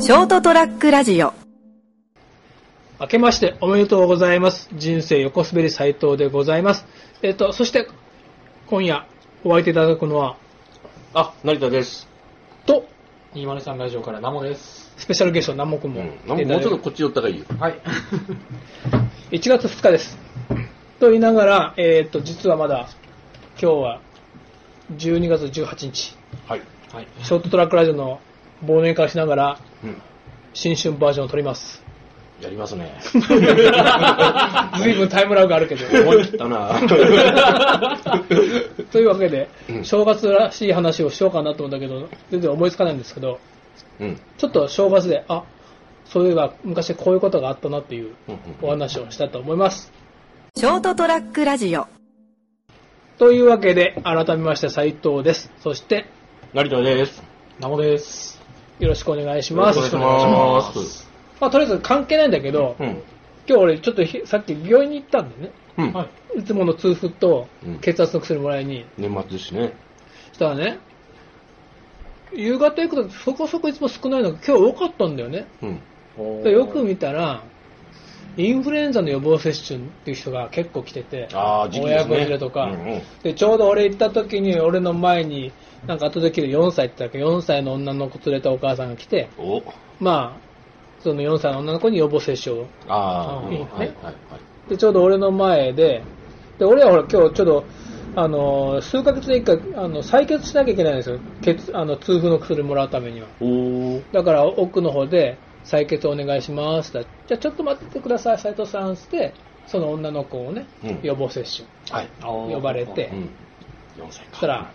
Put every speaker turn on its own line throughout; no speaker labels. ショートトラックラジオ
明けましておめでとうございます。人生横滑り斉藤でございます。えっと、そして、今夜、お会いいただくのは、
あ、成田です。
と、
203ラジオからナモです。
スペシャルゲスト、南木も、
うん。なんかもうちょっとこっち寄った方がいいよ。
はい。
1月2日です。と言いながら、えっと、実はまだ、今日は、12月18日、
はい。
はい。
ショートトラックラジオの忘年会をしながら、
うん。
新春バージョンを撮ります。
やりますね。
随分タイムラグがあるけ ど。
思い切ったな
というわけで、
うん
正月らしい話をしようかなと思うんだけど、全然思いつかないんですけど、
うん。うん
ちょっと正月で、あそういえば昔こういうことがあったなっていう
うん
お話をしたと思います。
ショートトラックラジオ
というわけで、改めまして斉藤です。そして、
成田です。
ナモです。
よろしくお願いします。
よろしくお願いします。
まあ、とりあえず関係ないんだけど、
うん。
今日俺ちょっとひさっき病院に行ったんだよね。
うん。
はい。
いつもの痛風と
うん
血圧の薬もらいに、
年末ですしね。
したらね、夕方行くとそこそこいつも少ないのが今日多かったんだよね。
うん。
でよく見たら、インフルエンザの予防接種っていう人が結構来てて、
ああ、時期です
親
ね。
子連れとか、
うんうん。
で、ちょうど俺行った時に、俺の前に、なんか後できる4歳って言ったけど、4歳の女の子連れたお母さんが来て、
お
まあ、その4歳の女の子に予防接種を。
ああ、
あ
う
いい
ん
ね
はいはい
で、ちょうど俺の前で、で、俺はほら今日ちょっと、あのー、数ヶ月で一回、あの、採血しなきゃいけないんですよ。血、あの、痛風の薬もらうためには。
おお
だから奥の方で採血お願いしますだじゃあちょっと待っててください斉藤さんっつってその女の子をね、
うん
予防接種
はい。
呼ばれて
うん。4歳
そ
か。
したら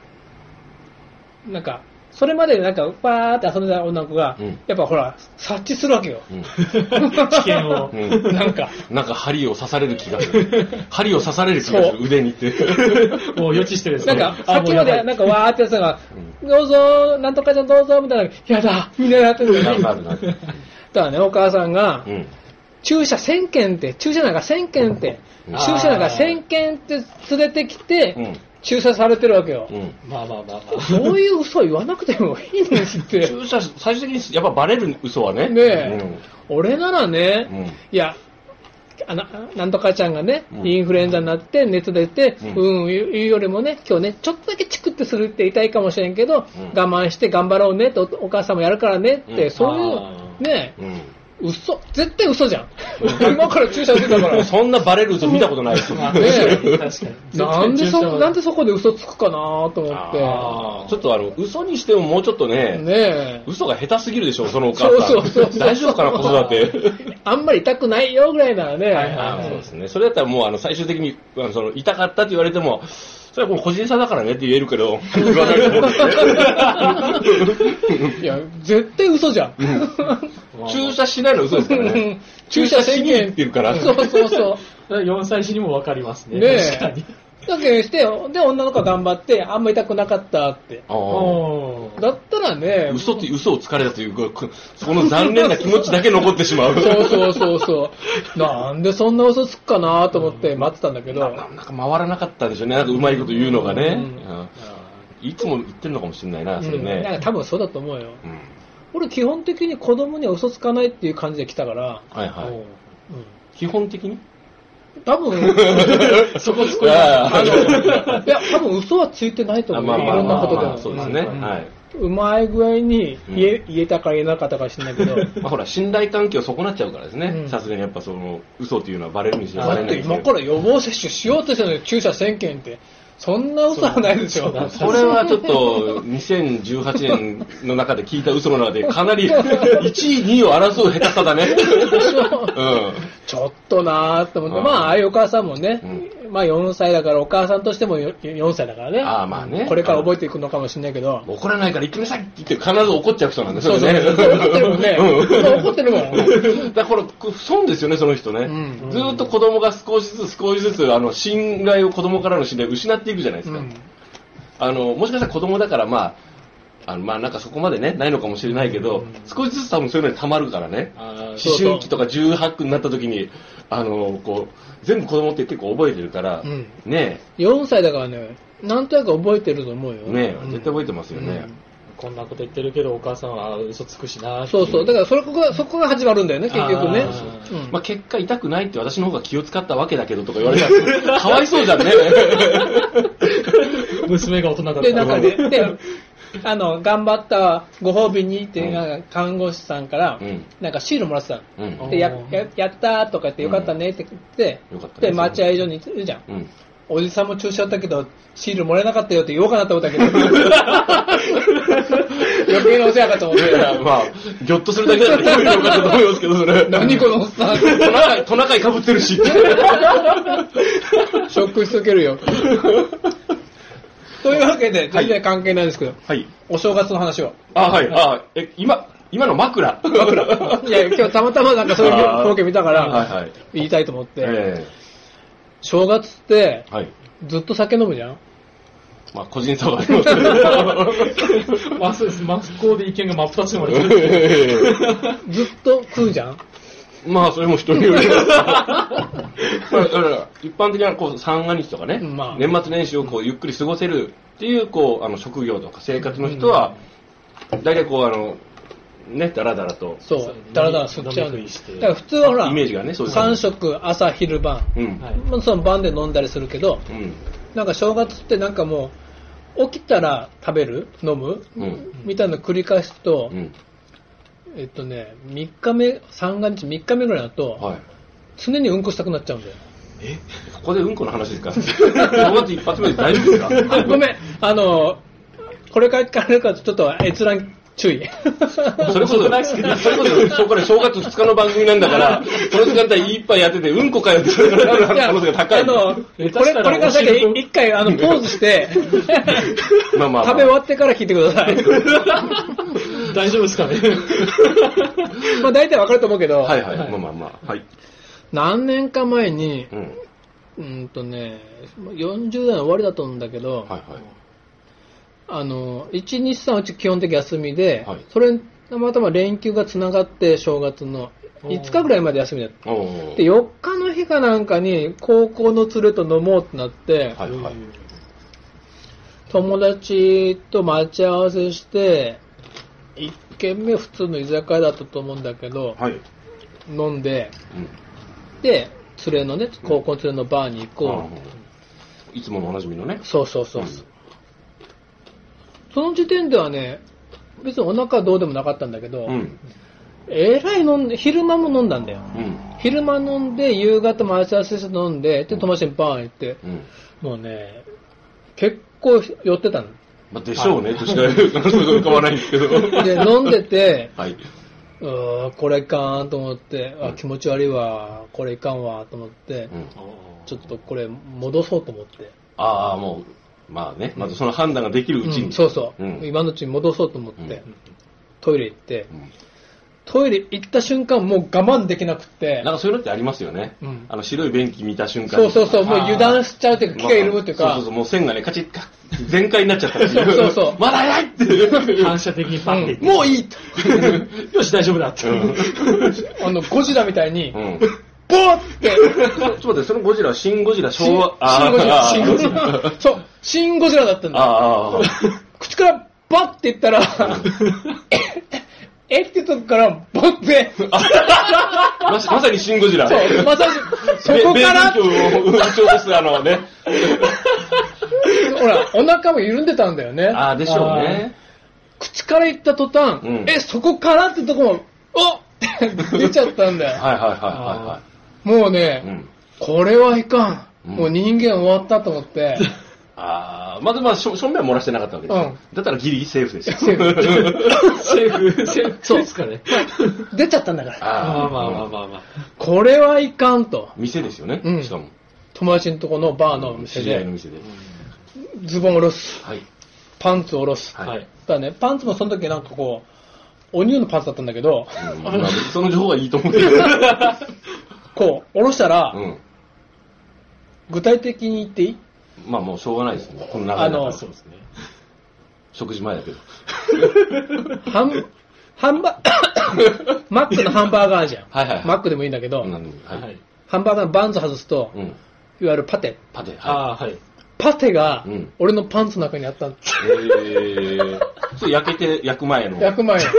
なんかそれまでなんかバーって遊んでた女の子が、
うん
やっぱほら察知するわけよ、
うん。
危険
を
うん
なんか
なんか針を刺される気がする。針を刺される気がす
そ
る、
う
腕にって。
もう予知してです
な
ね。
んか、さっきまで、なんか、わーってやつが、
う
どうぞ、なんとかちゃんどうぞ、みたいな、やだ、みんなやってる
な
の
る
に。
な
だ
るなる。
からね、お母さんが、
うん。
注射1000件って、注射なんか1000件って、
うん
注射なんか1000件って連れてきて、
うん。
注射されてるわけよ。
うん。
まあまあまあま
そういう嘘言わなくてもいいんですって。
注射、最終的にやっぱバレる嘘はね。
ねえ、俺ならね、
うん
いや、あななんとかちゃんがね、
うん
インフルエンザになって、熱出て、
う
うんん、言う言うよりもね、今日ね、ちょっとだけチクってするって痛いかもしれんけど、
うん
我慢して頑張ろうねと、おお母さんもやるからねって、
うん
そう
あ
いう、
ー
ね
う、ん。
嘘、絶対嘘じゃん。 今から注射するだか
うん。
ら。
そんなバレる嘘見たことないです。
あ。
ね え
確かに。
なんでそ、なんでそこで嘘つくかなと思
あーちょっとあの、嘘にしてももうちょっと
って。
ね、
ね
嘘が下手すぎるでしょ、そのお母さん。
そうそうそうそう
大丈夫かな、子育て。
え。あんまり痛くないよぐらいならね。
はいは
あーそうですね。それだったらもう、あの、最終的に、あのその、痛かったって言われても、それはもう個人差だからねって言える けど、言わないと思うんですね
いや、絶対嘘じゃん。
注射しないの嘘ですからね。
注射宣
注射しに
言
行ってるから
そうそうそ
4歳児にもわかります
う。
ね。
ね
確かに。
え。だけどして、で、女の子は頑張って、あんま痛くなかったって。
あー
おー
だったらね、
嘘って嘘をつかれたという、ここその残念な気持ちだけ残ってしまう。
そうそうそうそう。なんでそんな嘘つくかなと思って待ってたんだけど、
ななんか回らなかったんでしょうね。なんかうまいこと言うのがね。
うん
うんいつも言ってるのかもしれないな、それ
うん、なんか
ね。
多分そうだと思うよ。
うん
俺基本的に子供には嘘つかないっていう感じで来たから、
はい
お
は
ー
い。基本的に
うん、多分、
そこつこ
いやいや
いや、多分嘘はついてないと
あ
思う。
まあ
い
まあ
ろんなことで
まあ
も。
そうですね。
うん
はい。
うまい具合に言え,、言えたか言えなかったか知らない けど、
まあほら、信頼関係を損なっちゃうからです
う
ね。
ん
さすがにやっぱその、嘘っていうのはバレるにしろ
だ
バレ
っ
な
て
い
今から予防接種しようとしてるのに注射1000件って、そんな嘘はないでしょ。
そう
これはちょっと、2018年の中で聞いた嘘の中で、かなり1位、2位を争う下手さだね。う
ちょっとなーと思って、
うん
まあ、ああいうお母さんもね、まあ4歳だから、お母さんとしてもよ4歳だからね。
ああまあね
これから覚えていくのかもしれないけど
ん。。怒らないから行ってみなさいって言って必ず怒っちゃう人なんです
そうそう、
よね。
怒ってるもんね。怒ってるもん。
だからこれ、損ですよね、その人ね。
う
ずーっと子供が少しずつ少しずつ、あの、信頼を、子供からの信頼を失っていくじゃないですか。
うん
あの、もしかしたら子供だから、まあ、あの、まあなんかそこまでね、ないのかもしれないけど、少しずつ多分そういうのに溜まるからね。
あー
そう
思
そう
春期とか18になった時に、あの、こう、全部子供って結構覚えてるから、
うん
ね
4歳だからね、なんとなく覚えてると思うよ。
え、ねえ、
うん
絶対覚えてますよね。
こんなこと言ってるけど、お母さんは嘘つくしなってい
そうそう。だからそこが、そこが始まるんだよね、結局ね
あー。
うん
まあ、結果痛くないって私の方が気を使ったわけだけどとか言われたら、かわいそうじゃんね。
娘が大人だった
で、
ら
なんかね、で、 あの、頑張ったご褒美にって、なんか看護師さんから
うん、
なんかシールもらってた
う
の。
ん。
で、や
うん、
ややったーとか言ってよかったねって言って
うんよかっ、たね
で、待合所にいるじゃん。
うん。
おじさんも注射打ったけど、シールもらえなかったよって言おうかなと思ったけ ど、余計なお世話かと思っ
いやい
て。
や、まあ、ぎょっとするだけだったら気分よかったと思いますけど、それ。
何このおっさん、シ
トナカイ、トナカイ被ってるし。
ョックしとける よ。というわけで、全然関係ないですけど、
はい。
お正月の話を。
あ、はい。あ、え、今、今の枕。
いや、今日たまたまなんかそういう
あー
光景見たか
はい
ら、
はい。
言いたいと思って。
え
正月って
え、はい。
ずっと酒飲むじゃん
まあ、個人差はありますけど。
まそうです。真っ向で意見が真っ二つに割れ てる。
ええ
ずっと食うじゃん
まあ、それも人に よります。まあ、だから一般的なこう三が日とかね、
まあ
年末年始をこうゆっくり過ごせるっていうこうあの職業とか生活の人は、大体こう、あの、ね、だらだらと、
そう
そう。
だらだら吸っちゃうの
飲み食いして
だから普通はほら、
イメージがね、そういう感
3
じ。
食、朝、昼、晩。
うん。
はい
まあその晩で飲んだりするけど、
うん。
なんか正月ってなんかもう、起きたら食べる飲む
うん。
みたいなの繰り返すと
う、ん。
えっとね、3日目、三が日3日目ぐらいだと、
はい。
常にうんこしたくなっちゃうんだよ。
ここでうんこの話ですか正月一発目で大丈夫ですか
ごめん、あの、これから聞かれるからちょっと閲覧注意。
それこそ、それこそ、そこから正月2日の番組なん だから、この時間帯いっぱいやってて、うんこかよって言われる可能性が高い。
あの、これ、
下手
こ
し
れ
た
か
ら
ら先
お尻と
一回、 あの、ポーズして、
まあ まあまあ
食べ終わってから聞いてくださ い。
大丈夫ですかね
まあ大体わかると思うけど、
はいはい、
はい
まあまあまあ。はい。
何年か前に、
うん。
うんとね、40代の終わりだと思うんだけど、
はいは
あの、1、2、3うち基本的休みで、
はい
それ、たまたま連休がつながって、正月の5日ぐらいまで休みだった。
い。おー
で、4日の日かなんかに、高校の連れと飲もうってなって、
はいはい。
友達と待ち合わせして、1軒目普通の居酒屋だったと思うんだけど、
はい。
飲んで、
うん
で、連れのね、高校の連れのバーに行こう。
うんいつものおなじみのね。
そうそうそう。その時点ではね、別にお腹はどうでもなかったんだけど、
うん。
えらい飲んで、昼間も飲んだんだよ。
うん。
昼間飲んで、夕方待ち合わせして飲んで、で、友達にバーン行って、
うん。
もうね、結構寄ってたの。
まあ、でしょ うね、としか言う感想が浮かばないんですけど。
で、飲んでて、
はい。
うーんこれいかんと思って、
う
あ
ん
気持ち悪いわ、これいかんわと思って、
うん
ちょっとこれ戻そうと思って、
ああ、もう、まあね、まずその判断ができるうち
う
に。
んそうそう、
うん
今のうちに戻そうと思って、
うん
トイレ行って、
うん
トイレ行った瞬間、もう我慢できなくて
な、んかそういうのってありますよね
うん。
あの、白い便器見た瞬間
そ
に。
うそうそう、もう
あー
油断しちゃうというか、気が緩むという
まあ
か
そうそうそう、、もう線がね、カチッカッ、全開になっちゃったって い
そうそうそう
まだやいって いう。
反射的にパンって、
もういいと
よし、大丈夫だって。
あのゴジラみたいに、
うん。
ボーって、
ちょっと待って、そのゴジラは新ゴジラ、昭和、
シンゴジラ、
あー
シンゴジラ、そう、シンゴジラだったんだよ。
あーあー、
口からバッて言ったら、 えってとこからバッて、
あーまさまさにシンゴジラ。
そう、まさ に、そこから、
米米軍を撃ち落とす、あのね。
ほら、お腹も緩んでたんだよね。
ああ、でしょうね。
口から言った途端、
うん
え、そこからってとこも、おって出ちゃったんだよ。
はいはいは
もう
いはい。はい。う
ね、
ん。
これはいかん。
うん
もう人間終わったと思 って、
ああ、まずまあ、しょ正面は漏らしてなかったわけですよ。だったらギリギリセーフですよ。
セー
セーフ、セーフですかね。
出ちゃったんだから、
ま
ああ、
あま
ま
あ
あ
ま
ま
あ
あまあ。
まあまあ。
これはいかんと。
店ですよね
うん、
しかも。
友達のとこのバーのお
知
店
り合いの
で、
店で。
ズボン下ろす、
はい。
パンツ下ろす。
はい
はい。
だね、パンツもその時なんかこう、お乳のパンツだったんだけど、
うんまあその情報はいいと思うけど。う
こう、下ろしたら、
ん。
具体的に言っていい
まあもうしょうがないですね。この流れだから
あの
そうですね。
食事前だけど。
ハン、 ハンバ、マックのハンバーガーあるじゃん。
はいはいはい
マックでもいいんだけど、
なんでもは。
はいい。
ハンバーガーのバンズ外すと、
うん。
いわゆるパテ。
パテ。は
ああ、はい。
パテが
うん、
俺のパンツの中にあったの
い。えー。それ焼けて、焼く前の。
焼く 前。ちょ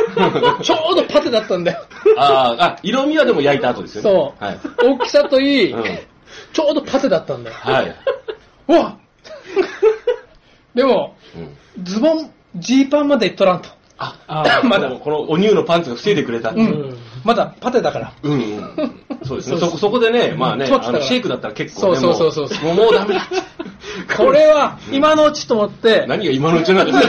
うどパテだったんだよ。
あーあ、色味はでも焼いた後ですよね。
そう。
はい。
大きさといい、
うん
ちょうどパテだったんだよ。
はい。
うわ でも、
うん
ズボン、ジーパンまでいっとらんと。
あ
あ
ー
まだこのお乳のパンツが防いでくれたって
う
い
ん。
う。
まだパテだから。
うんうん。そうですね。
そ
そうこ、そこでね、まあね、
そうだ
あのシェイクだったら結
そ
構
う
ね、
そうそう
も
そう
もうもうダメだって。
これは、今のうちと思って、
何が今のうちなんだ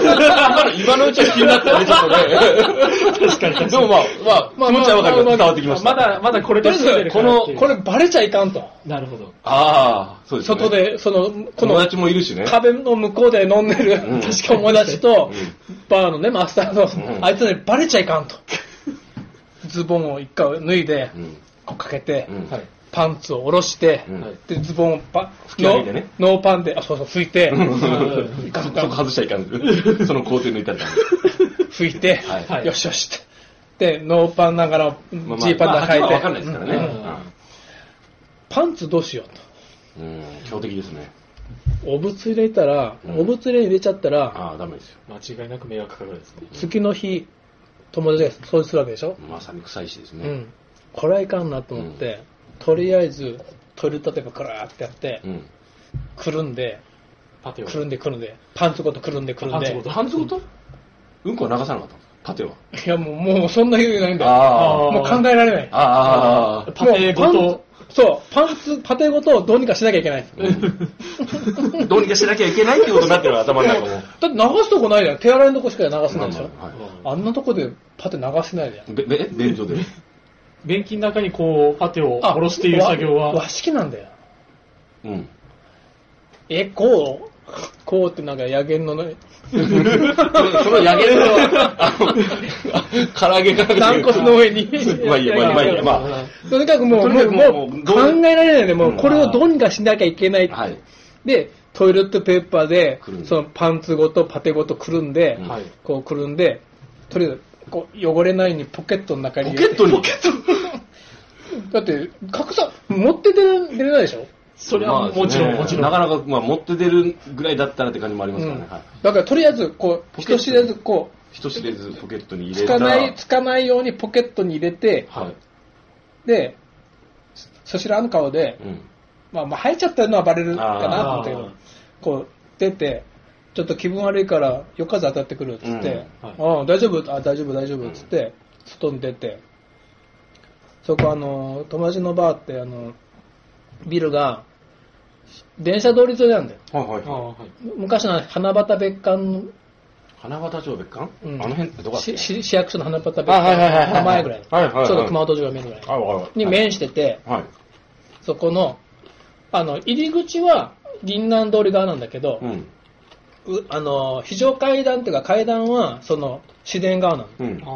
今のうちは気になったね、ちょっとね。確かに。でもまあ、まあ、気持ちはわかります。伝わってきました。
まだ、まだこれ
と
で
りあえ
住んで
ず、
る
こ
からっ
の
ていう、
これバレちゃいかんと。
なるほど。
ああ、そうですね。
外で、その、こ
友
の
達もいるしね。
壁の向こうで飲んでる
うん
友達と
う、
バーのね、マスター
う
の、
ん
あいつらにバレちゃいかんと。ズボンを一回脱いで
う、ん。
こうかけて
う、ん。
はい。
パンツを下ろして
う、ん
はい
で、ズボンをパ、
き上げてね
ノーノーパンで、あ、そうそう、拭いて、
うんそこ外しちゃいかん。 その工程抜いたらダメ。
拭いて、
はい
よしよしって。で、ノーパンながら、ジ
ま
ー
あ
パンで
まあまあ
履
わかんない
いて
ですから
うん
ね。
パンツどうしようと。
うん。うん強敵ですね。
お仏入れたら、
うん
お仏入れ入れちゃったら、
ああ、ダメですよ。
間違いなく迷惑かかるわけですね。
次の日、友達が掃除するわけでしょ、
まさに臭いしです
う
ね。
ん。これはいかんなと思って、とりあえず、トイレットペーパーからーってやって、
うん。
くるんで、
パテを。
くるんでくるんで、パンツごとくるんでくるん
パンツ
で
ご、と
半ズごとうんこは流さなかったんですかパテは。
いやもう、もうそんな余裕ないんだよ。
あ
もう考えられない。
あ。ああ。
パテご
もう
と。
パンツそう、パンツ、パテごとをどうにかしなきゃいけない。
どうにかしなきゃいけないってことになってる頭の中も。
だって流すとこないじゃん。手洗いのとこしか流せないでしょ。
は
あんなとこでパテ流せないじゃん。
い。べ、べ、便 所で。
便器の中にこう、パテを下ろすっていう作業
わ和
は、
式なんだよ。
うん。
え、こうこうってなんか野源のね、
その焼けるのは、唐揚げから
軟骨の上に。
まあいいや、まあいいや、まあいいや、まあ。
とにかくもう、
とに
も
か
う、
く
も
もう
う
ど
考
う
えられないね。もう、
うん
これをどうにかしなきゃいけない。
はい。
で、トイレットペーパーで
くるん、で
そのパンツごとパテごとくるんで、
うん
はい。
こうくるんで、とりあえず、こう、汚れないようにポケットの中に
ポ
入
ケ
れ
ッ
て。
トに。
だって、格差、持って出れ出れないでしょ
それはもちろん、
まあ
もちろ。
なんかなか、まあ、持って出るぐらいだったらって感じもありますからね。はい。
だからとりあえず、こう、
ポケ
人
ット
知れず、こう、
人知れずポケットに入
つ
れた。
からない、つかないようにポケットに入れて、
はい。
で、そしらぬ顔で、
うん。
まあ、まあ、生えちゃったのはバレるかなと思ったけ
あー
ど、こう、出て、ちょっと気分悪いから、夜風当たってくるっつって、
うんはい
ああ大丈夫、あ大丈夫、大丈夫っつって、外に出て、そこ、あの、友達のバーって、あの、ビルが、電車通り沿いなんだよ。
はいはいは
あ
い。
あはい。
昔の花畑別館の
花形町別館あ
うん
の辺ってどこだっけ
しし市役所の花畑別
あはいはいはいは
館
い
の前ぐらい、
はいはいはい
ちょうど熊本城が見えるぐらい
あ、わかる
に面してて、
はい。
そこのあの入り口は銀南通り側なんだけど
う、ん。
うあの非常階段っていうか階段はその市電側なの、
うん。
あ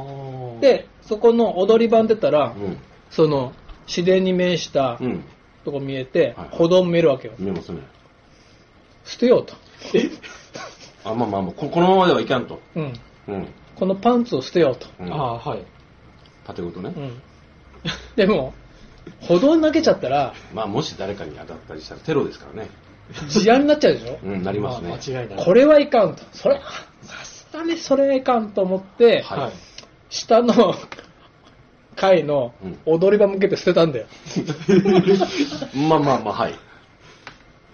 ー、
でそこの踊り場出たら、
うん。
その市電に面した
うん。
とこ見えて、
はい
歩道も見えるわけよ
見えますね。
捨てようと、
あ、まあまあまあ、ここのままではいかんと。
うん、
うん。
このパンツを捨てようと、
うん
ああ、はい。
縦ごとね
う。ん、でも歩道に投げちゃったら
まあ、もし誰かに当たったりしたらテロですからね。
事案になっちゃうでしょ、
うん、なります
ま
ね
あ。間違いない。
これはいかんと。それ、さすがにそれはいかんと思って、
は
はい。
下の 階の
うん
踊り場向けて捨てたんだよ。
まあまあまあ、はい。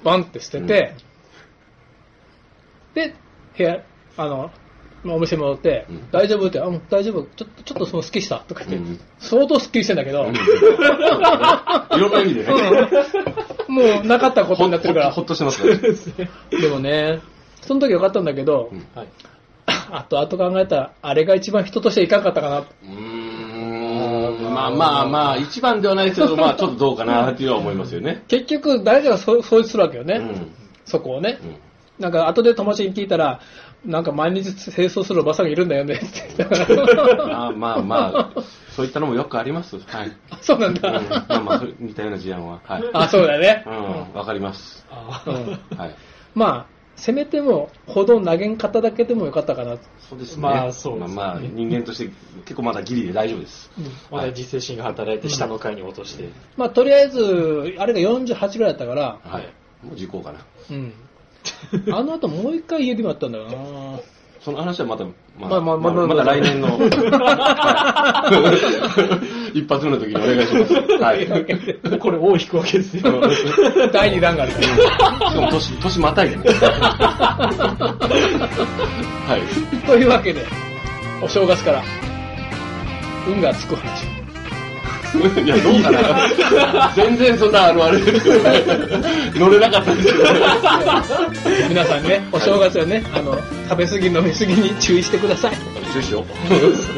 バンって捨てて、で、部屋、あの、まあお店戻って、
うん
大丈夫って、あ、もう大丈夫、ちょっと、ちょっとそのスッキリした、とか言って、
うん
相当スッキリしてんだけど、
いろんな意味でね。
もうなかったことになってるか
ほ
ら
っ、としてますからね。
でもね、その時よかったんだけど、
うん
はい。
あと後考えたら、あれが一番人としていかんかったかな、
うーんまあまあまあ、一番ではないですけど、まあちょっとどうかなっていうのは思いますよね。
結局、誰かがそ掃除するわけよね、
うん。
そこをね。
うん
なんか、後で友達に聞いたら、なんか毎日清掃するおばさんがいるんだよねって 言ってたから。
まあまあまあ、そういったのもよくあります。はい。うん
あそうなんだ。
まあまあ、そう似たような事案は。はい。
あ、そうだね
う。ん、わかります。
あ
う
あ、
ん
はい。
まあ、せめても、歩道投げん方だけでもよかったかな。
そうですね。
まあそうですね
まあまあ、人間として結構まだギリで大丈夫です。
まだ自制心が働いて下の階に落として。
まあ、とりあえず、あれが48ぐらいだったから、
はい。もう時効かな。
うん。あの後もう一回家でもやったんだよな。
その話はまた、ま
まあまあまあまあ
また来 年の、はい 一発目の時にお願いします。はい。し
これ、尾を引くわけですよ。
第2弾がある。
かも年、年またいでね。はい。
というわけで、お正月から、運がつく話。
いや、どうかな。全然そんな、あの、あれですけどね、乗れなかったですけどね。
皆さんね、お正月はね、あの、食べ過ぎ飲み過ぎに注意してください。
注意しよう。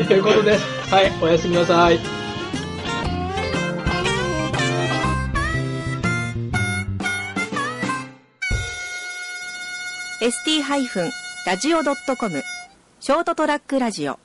ということです。はい、おやすみなさい。
ST-radio.com ショートトラックラジオ